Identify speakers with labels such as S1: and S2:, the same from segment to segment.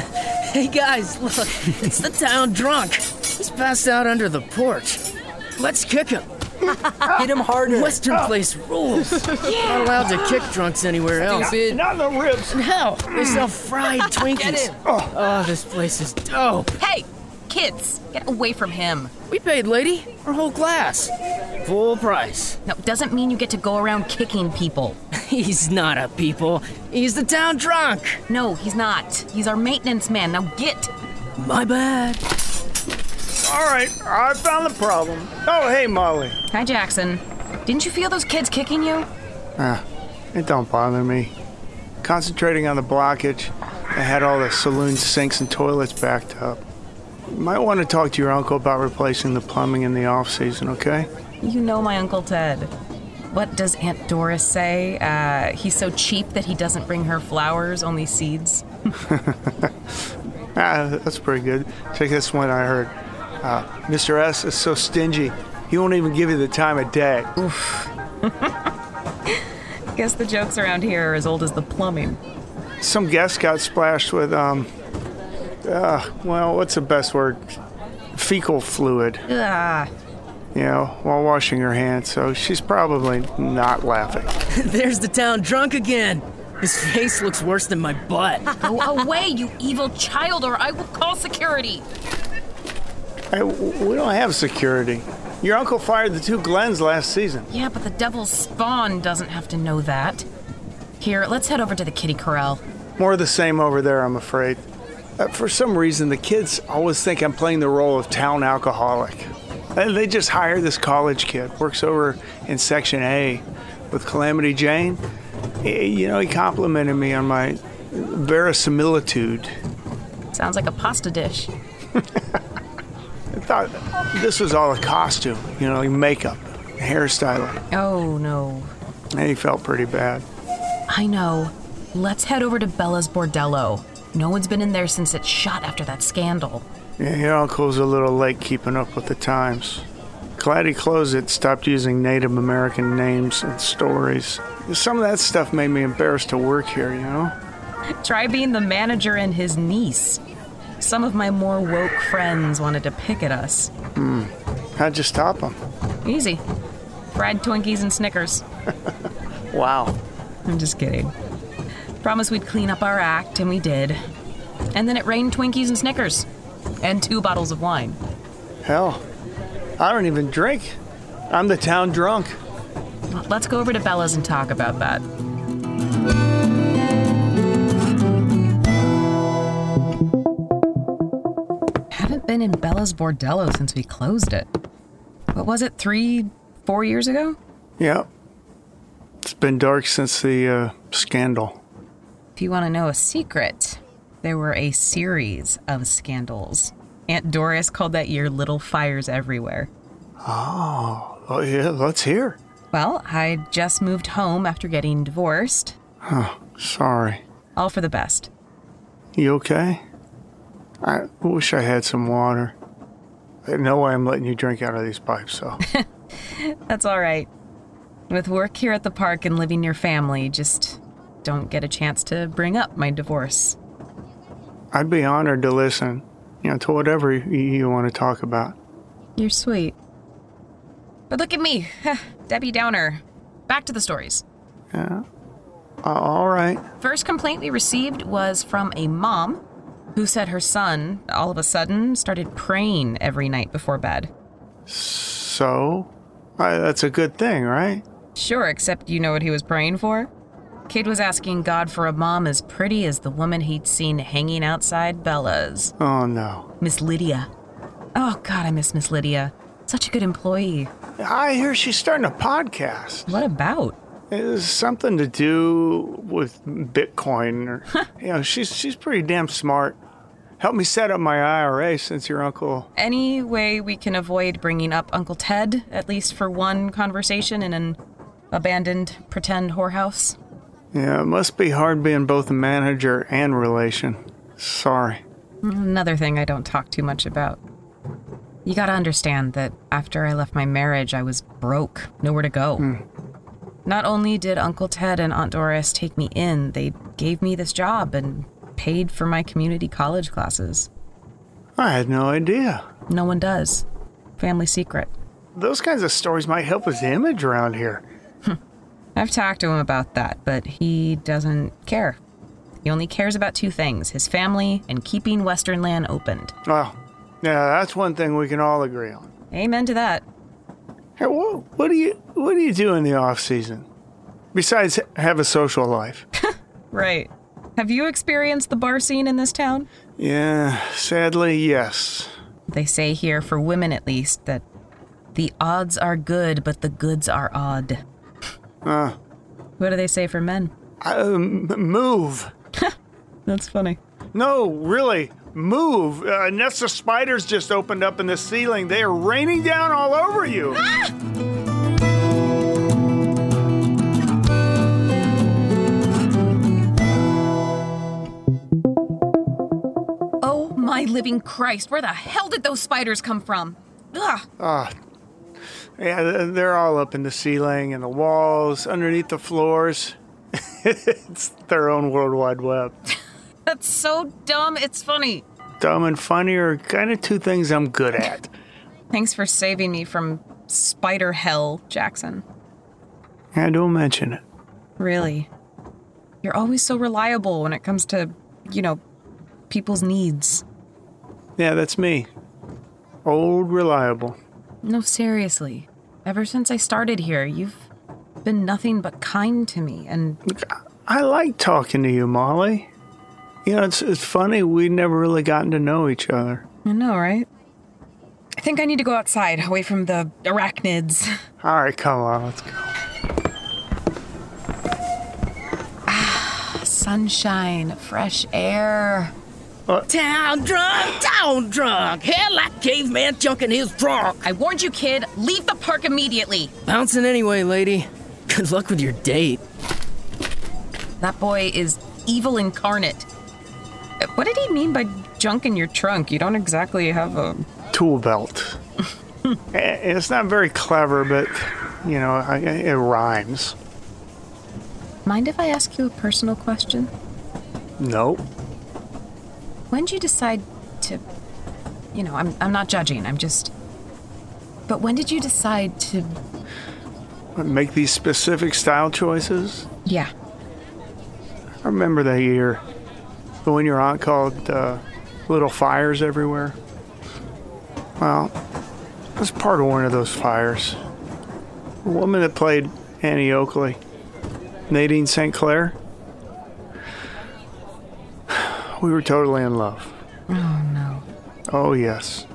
S1: Hey guys, look, it's the town drunk. He's passed out under the porch. Let's kick him.
S2: Hit him harder. Ah.
S1: Western place rules. Not allowed to kick drunks anywhere else.
S2: Stupid.
S3: Not the ribs.
S1: And hell, they sell fried
S2: Mm.
S1: Twinkies.
S2: him.
S1: Oh, this place is dope.
S4: Hey, kids, get away from him.
S1: We paid, lady, her whole glass. Full price.
S4: No, doesn't mean you get to go around kicking people.
S1: He's not a people. He's the town drunk.
S4: No, he's not. He's our maintenance man. Now get.
S1: My bad.
S3: All right, I found the problem. Oh, hey, Molly.
S4: Hi, Jackson. Didn't you feel those kids kicking you?
S3: It don't bother me. Concentrating on the blockage, I had all the saloon sinks and toilets backed up. You might want to talk to your uncle about replacing the plumbing in the off season, okay?
S4: You know my Uncle Ted. What does Aunt Doris say? Uh, he's so cheap that he doesn't bring her flowers, only seeds.
S3: Ah, that's pretty good. Check this one I heard. Uh, Mr. S is so stingy, he won't even give you the time of day.
S4: Guess the jokes around here are as old as the plumbing.
S3: Some guest got splashed with, um, uh, well, what's the best word? Fecal fluid,
S4: Ah,
S3: you know, while washing her hands, so she's probably not laughing.
S1: There's the town drunk again. His face looks worse than my butt.
S4: go away, you evil child, or I will call security.
S3: Hey, w- we don't have security. Your uncle fired the two Glens last season.
S4: Yeah, but the devil's spawn doesn't have to know that. Here, let's head over to the kitty corral.
S3: More of the same over there, I'm afraid. Uh, for some reason, the kids always think I'm playing the role of town alcoholic. And they just hire this college kid, works over in Section A with Calamity Jane. Eh, You know, he complimented me on my verisimilitude.
S4: Sounds like a pasta dish.
S3: I thought this was all a costume, you know, like makeup, hairstyling.
S4: Oh no.
S3: And he felt pretty bad.
S4: I know. Let's head over to Bella's Bordello. No one's been in there since it shut after that scandal.
S3: Yeah, your uncle's a little late keeping up with the times. Glad he closed it, stopped using Native American names and stories. Some of that stuff made me embarrassed to work here, you know?
S4: Try being the manager and his niece. Some of my more woke friends wanted to pick at us.
S3: How'd you stop him?
S4: Easy. Fried Twinkies and Snickers.
S3: Wow.
S4: I'm just kidding. Promise we'd clean up our act, and we did. And then it rained Twinkies and Snickers. And two bottles of wine.
S3: Hell, I don't even drink. I'm the town drunk.
S4: Let's go over to Bella's and talk about that. Haven't been in Bella's Bordello since we closed it. What was it, three, four years ago?
S3: Yep. It's been dark since the uh, scandal.
S4: If you want to know a secret, there were a series of scandals. Aunt Doris called that year Little Fires Everywhere.
S3: Oh, yeah, let's hear.
S4: Well, I just moved home after getting divorced.
S3: Sorry.
S4: All for the best.
S3: You okay? I wish I had some water. No way I'm letting you drink out of these pipes, though.
S4: That's all right. With work here at the park and living near family, just don't get a chance to bring up my divorce.
S3: I'd be honored to listen, you know, to whatever you, you want to talk about.
S4: You're sweet. But look at me, Debbie Downer. Back to the stories.
S3: Yeah. Uh, all right.
S4: First complaint we received was from a mom who said her son, all of a sudden, started praying every night before bed.
S3: So, I, that's a good thing, right?
S4: Sure, except you know what he was praying for? Kid was asking God for a mom as pretty as the woman he'd seen hanging outside Bella's.
S3: Oh no.
S4: Miss Lydia. Oh, God, I miss Miss Lydia. Such a good employee.
S3: I hear she's starting a podcast.
S4: What about?
S3: It's something to do with Bitcoin, or you know, she's she's pretty damn smart. Help me set up my IRA since your uncle.
S4: Any way we can avoid bringing up Uncle Ted, at least for one conversation in an abandoned pretend whorehouse?
S3: Yeah, it must be hard being both a manager and relation. Sorry.
S4: Another thing I don't talk too much about. You gotta understand that after I left my marriage, I was broke, nowhere to go. Not only did Uncle Ted and Aunt Doris take me in, they gave me this job and paid for my community college classes.
S3: I had no idea.
S4: No one does. Family secret.
S3: Those kinds of stories might help with the image around here.
S4: I've talked to him about that, but he doesn't care. He only cares about two things his family and keeping Western land opened.
S3: Well, yeah, that's one thing we can all agree on.
S4: Amen to that.
S3: Hey, wha- what do you what do you do in the off season? Besides ha- have a social life.
S4: Right. Have you experienced the bar scene in this town?
S3: Yeah, sadly, yes.
S4: They say here, for women at least, that the odds are good, but the goods are odd. What do they say for men?
S3: I, um, m- move.
S4: That's funny.
S3: No, really, move. Uh, nets of spiders just opened up in the ceiling. They are raining down all over you.
S4: Oh my living Christ, where the hell did those spiders come from? Ugh.
S3: Yeah, th- they're all up in the ceiling and the walls, underneath the floors. it's their own World Wide Web.
S4: That's so dumb, it's funny.
S3: Dumb and funny are kind of two things I'm good at.
S4: Thanks for saving me from spider hell, Jackson.
S3: I don't mention it.
S4: Really. You're always so reliable when it comes to, you know, people's needs.
S3: Yeah, that's me. Old reliable.
S4: No, seriously. Ever since I started here, you've been nothing but kind to me, and
S3: I like talking to you, Molly. You know, it's, it's funny, we never really gotten to know each other.
S4: I know, right? I think I need to go outside, away from the arachnids.
S3: All right, come on, let's go.
S4: Sunshine, fresh air.
S1: Town drunk, town drunk. Head like caveman junking his drunk.
S4: I warned you, kid, leave the park immediately.
S1: Bouncing anyway, lady. Good luck with your date.
S4: That boy is evil incarnate. Uh, What did he mean by junk in your trunk? You don't exactly have a.
S3: Tool belt. Eh, it's not very clever, but, you know, I, it rhymes.
S4: Mind if I ask you a personal question?
S3: Nope.
S4: When'd you decide to. You know, I'm, I'm not judging, I'm just. But when did you decide to.
S3: Make these specific style choices.
S4: Yeah.
S3: I remember that year when your aunt called uh, little fires everywhere. Well, I was part of one of those fires. A woman that played Annie Oakley, Nadine St. Clair. We were totally in love.
S4: Oh, no.
S3: Oh, yes.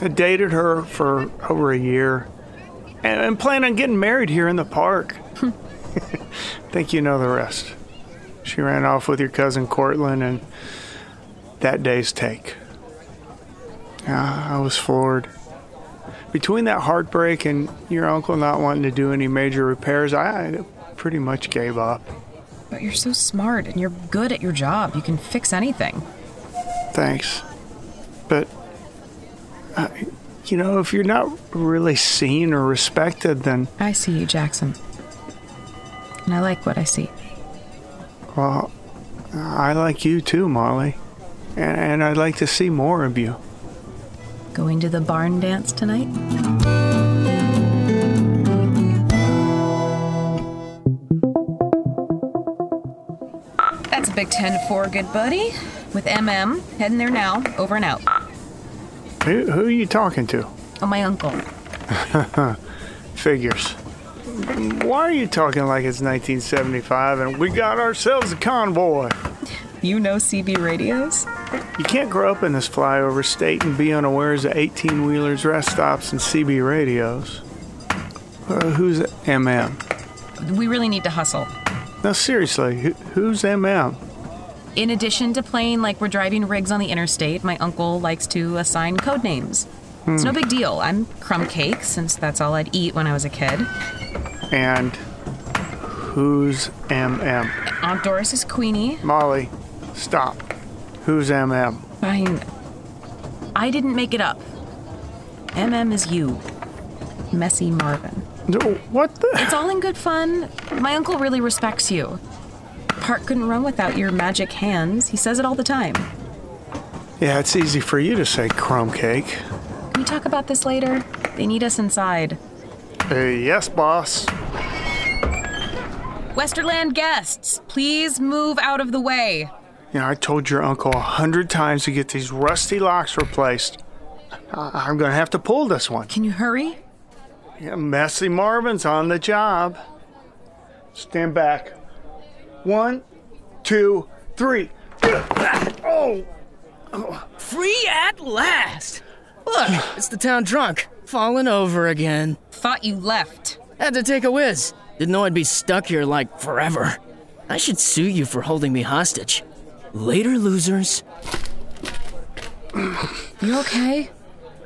S3: I dated her for over a year and, and planned on getting married here in the park. Think you know the rest. She ran off with your cousin Cortland and that day's take. Ah, I was floored. Between that heartbreak and your uncle not wanting to do any major repairs, I I pretty much gave up.
S4: But you're so smart and you're good at your job. You can fix anything.
S3: Thanks. But, uh, you know, if you're not really seen or respected, then,
S4: I see you, Jackson. And I like what I see.
S3: well, I like you too, Molly. And, and I'd like to see more of you.
S4: Going to the barn dance tonight? That's a big 10 4, good buddy. With MM, heading there now, over and out.
S3: Who, who are you talking to?
S4: Oh, my uncle.
S3: Figures. Why are you talking like it's 1975 and we got ourselves a convoy?
S4: You know CB radios?
S3: You can't grow up in this flyover state and be unaware of 18 wheelers, rest stops, and CB radios. Uh, who's MM?
S4: We really need to hustle.
S3: No, seriously, who, who's MM?
S4: In addition to playing like we're driving rigs on the interstate, my uncle likes to assign code names. It's no big deal. I'm crumb cake, since that's all I'd eat when I was a kid.
S3: And who's MM?
S4: Aunt Doris is Queenie.
S3: Molly, stop. Who's MM?
S4: Fine. I didn't make it up. MM is you. Messy Marvin.
S3: No, What the?
S4: It's all in good fun. My uncle really respects you. Park couldn't run without your magic hands. He says it all the time.
S3: Yeah, it's easy for you to say crumb cake.
S4: Can we talk about this later? They need us inside.
S3: Uh, yes, boss.
S4: Westerland guests, please move out of the way.
S3: You know, I told your uncle a hundred times to get these rusty locks replaced. I- I'm gonna have to pull this one.
S4: Can you hurry?
S3: Yeah, messy Marvin's on the job. Stand back. One, two, three. Oh,
S1: Free at last! Look, it's the town drunk, falling over again.
S4: Thought you left.
S1: Had to take a whiz. Didn't know I'd be stuck here like forever. I should sue you for holding me hostage. Later, losers.
S4: You okay?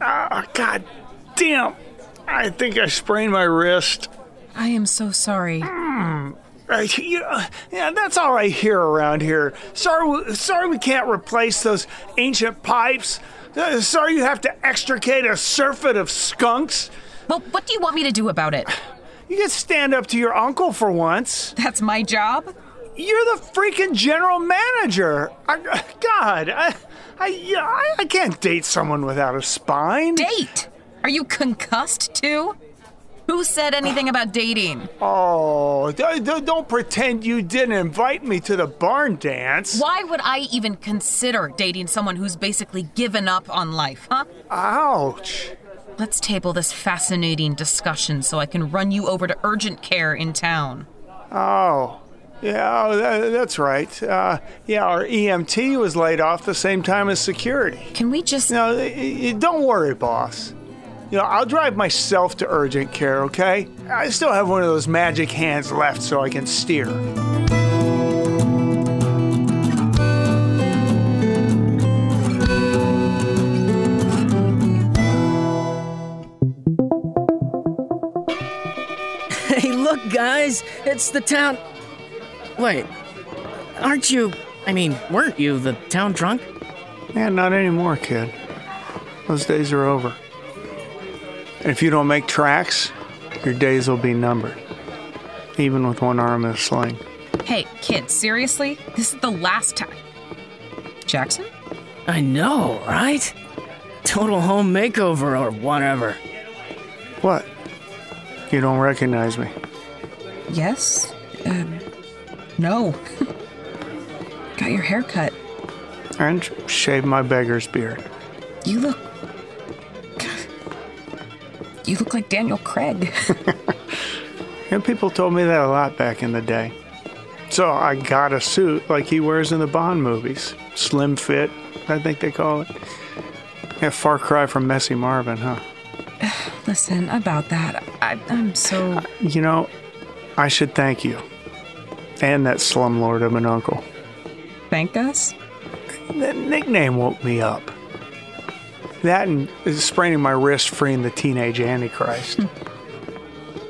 S3: ah, god damn. I think I sprained my wrist.
S4: I am so sorry.
S3: Right, you know, yeah, that's all I hear around here. Sorry, we- sorry, we can't replace those ancient pipes. Uh, Sorry, you have to extricate a surfeit of skunks.
S4: Well, what do you want me to do about it?
S3: You can stand up to your uncle for once.
S4: That's my job?
S3: You're the freaking general manager. I, uh, God, I, I, yeah, I, I can't date someone without a spine.
S4: Date? Are you concussed too? Who said anything about dating?
S3: Oh, d- d- don't pretend you didn't invite me to the barn dance.
S4: Why would I even consider dating someone who's basically given up on life, huh?
S3: Ouch.
S4: Let's table this fascinating discussion so I can run you over to urgent care in town.
S3: Oh, yeah, oh, tha- that's right. Uh, yeah, our EMT was laid off the same time as security.
S4: Can we just.
S3: No, y- y- don't worry, boss. You know, I'll drive myself to urgent care, okay? I still have one of those magic hands left so I can steer.
S1: Hey, look, guys, it's the town. Wait, aren't you. I mean, weren't you the town drunk?
S3: Yeah, not anymore, kid. Those days are over. And if you don't make tracks, your days will be numbered, even with one arm in a sling.
S4: Hey, kids, seriously? This is the last time. Jackson?
S1: I know, right? Total home makeover or whatever.
S3: What? You don't recognize me.
S4: Yes? Um, no. Got your hair cut.
S3: and sh- shave my beggar's beard.
S4: You look. You look like Daniel Craig.
S3: And people told me that a lot back in the day. So I got a suit like he wears in the Bond movies. Slim fit, I think they call it. Yeah, far cry from Messy Marvin, huh?
S4: Listen, about that, I, I'm so.
S3: You know, I should thank you. And that slumlord of an uncle.
S4: Thank us?
S3: That nickname woke me up. That and spraining my wrist freeing the teenage Antichrist.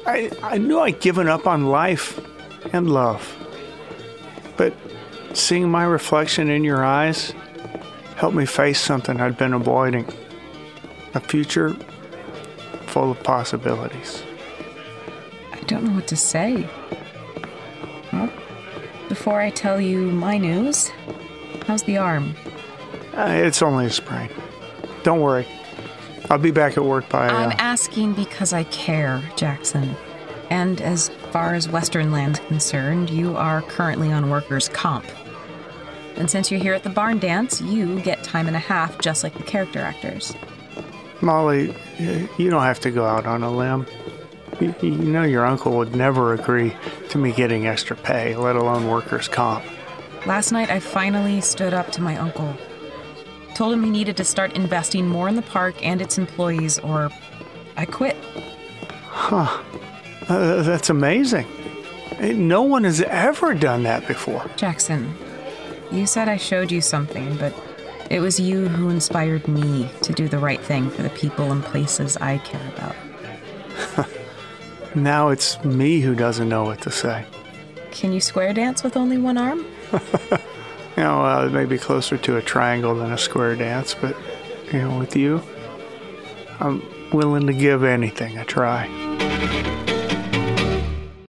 S3: I, I knew I'd given up on life and love. But seeing my reflection in your eyes helped me face something I'd been avoiding a future full of possibilities.
S4: I don't know what to say. Well, before I tell you my news, how's the arm?
S3: Uh, it's only a sprain. Don't worry. I'll be back at work by.
S4: I'm
S3: Uh,
S4: asking because I care, Jackson. And as far as Western Land's concerned, you are currently on workers' comp. And since you're here at the barn dance, you get time and a half just like the character actors.
S3: Molly, y- you don't have to go out on a limb. You, you know your uncle would never agree to me getting extra pay, let alone workers' comp.
S4: Last night, I finally stood up to my uncle. Told him he needed to start investing more in the park and its employees, or I quit.
S3: Uh, that's amazing. Eh, No one has ever done that before.
S4: Jackson, you said I showed you something, but it was you who inspired me to do the right thing for the people and places I care about.
S3: Now it's me who doesn't know what to say.
S4: Can you square dance with only one arm?
S3: You know, uh, maybe closer to a triangle than a square dance, but you know, with you, I'm willing to give anything a try.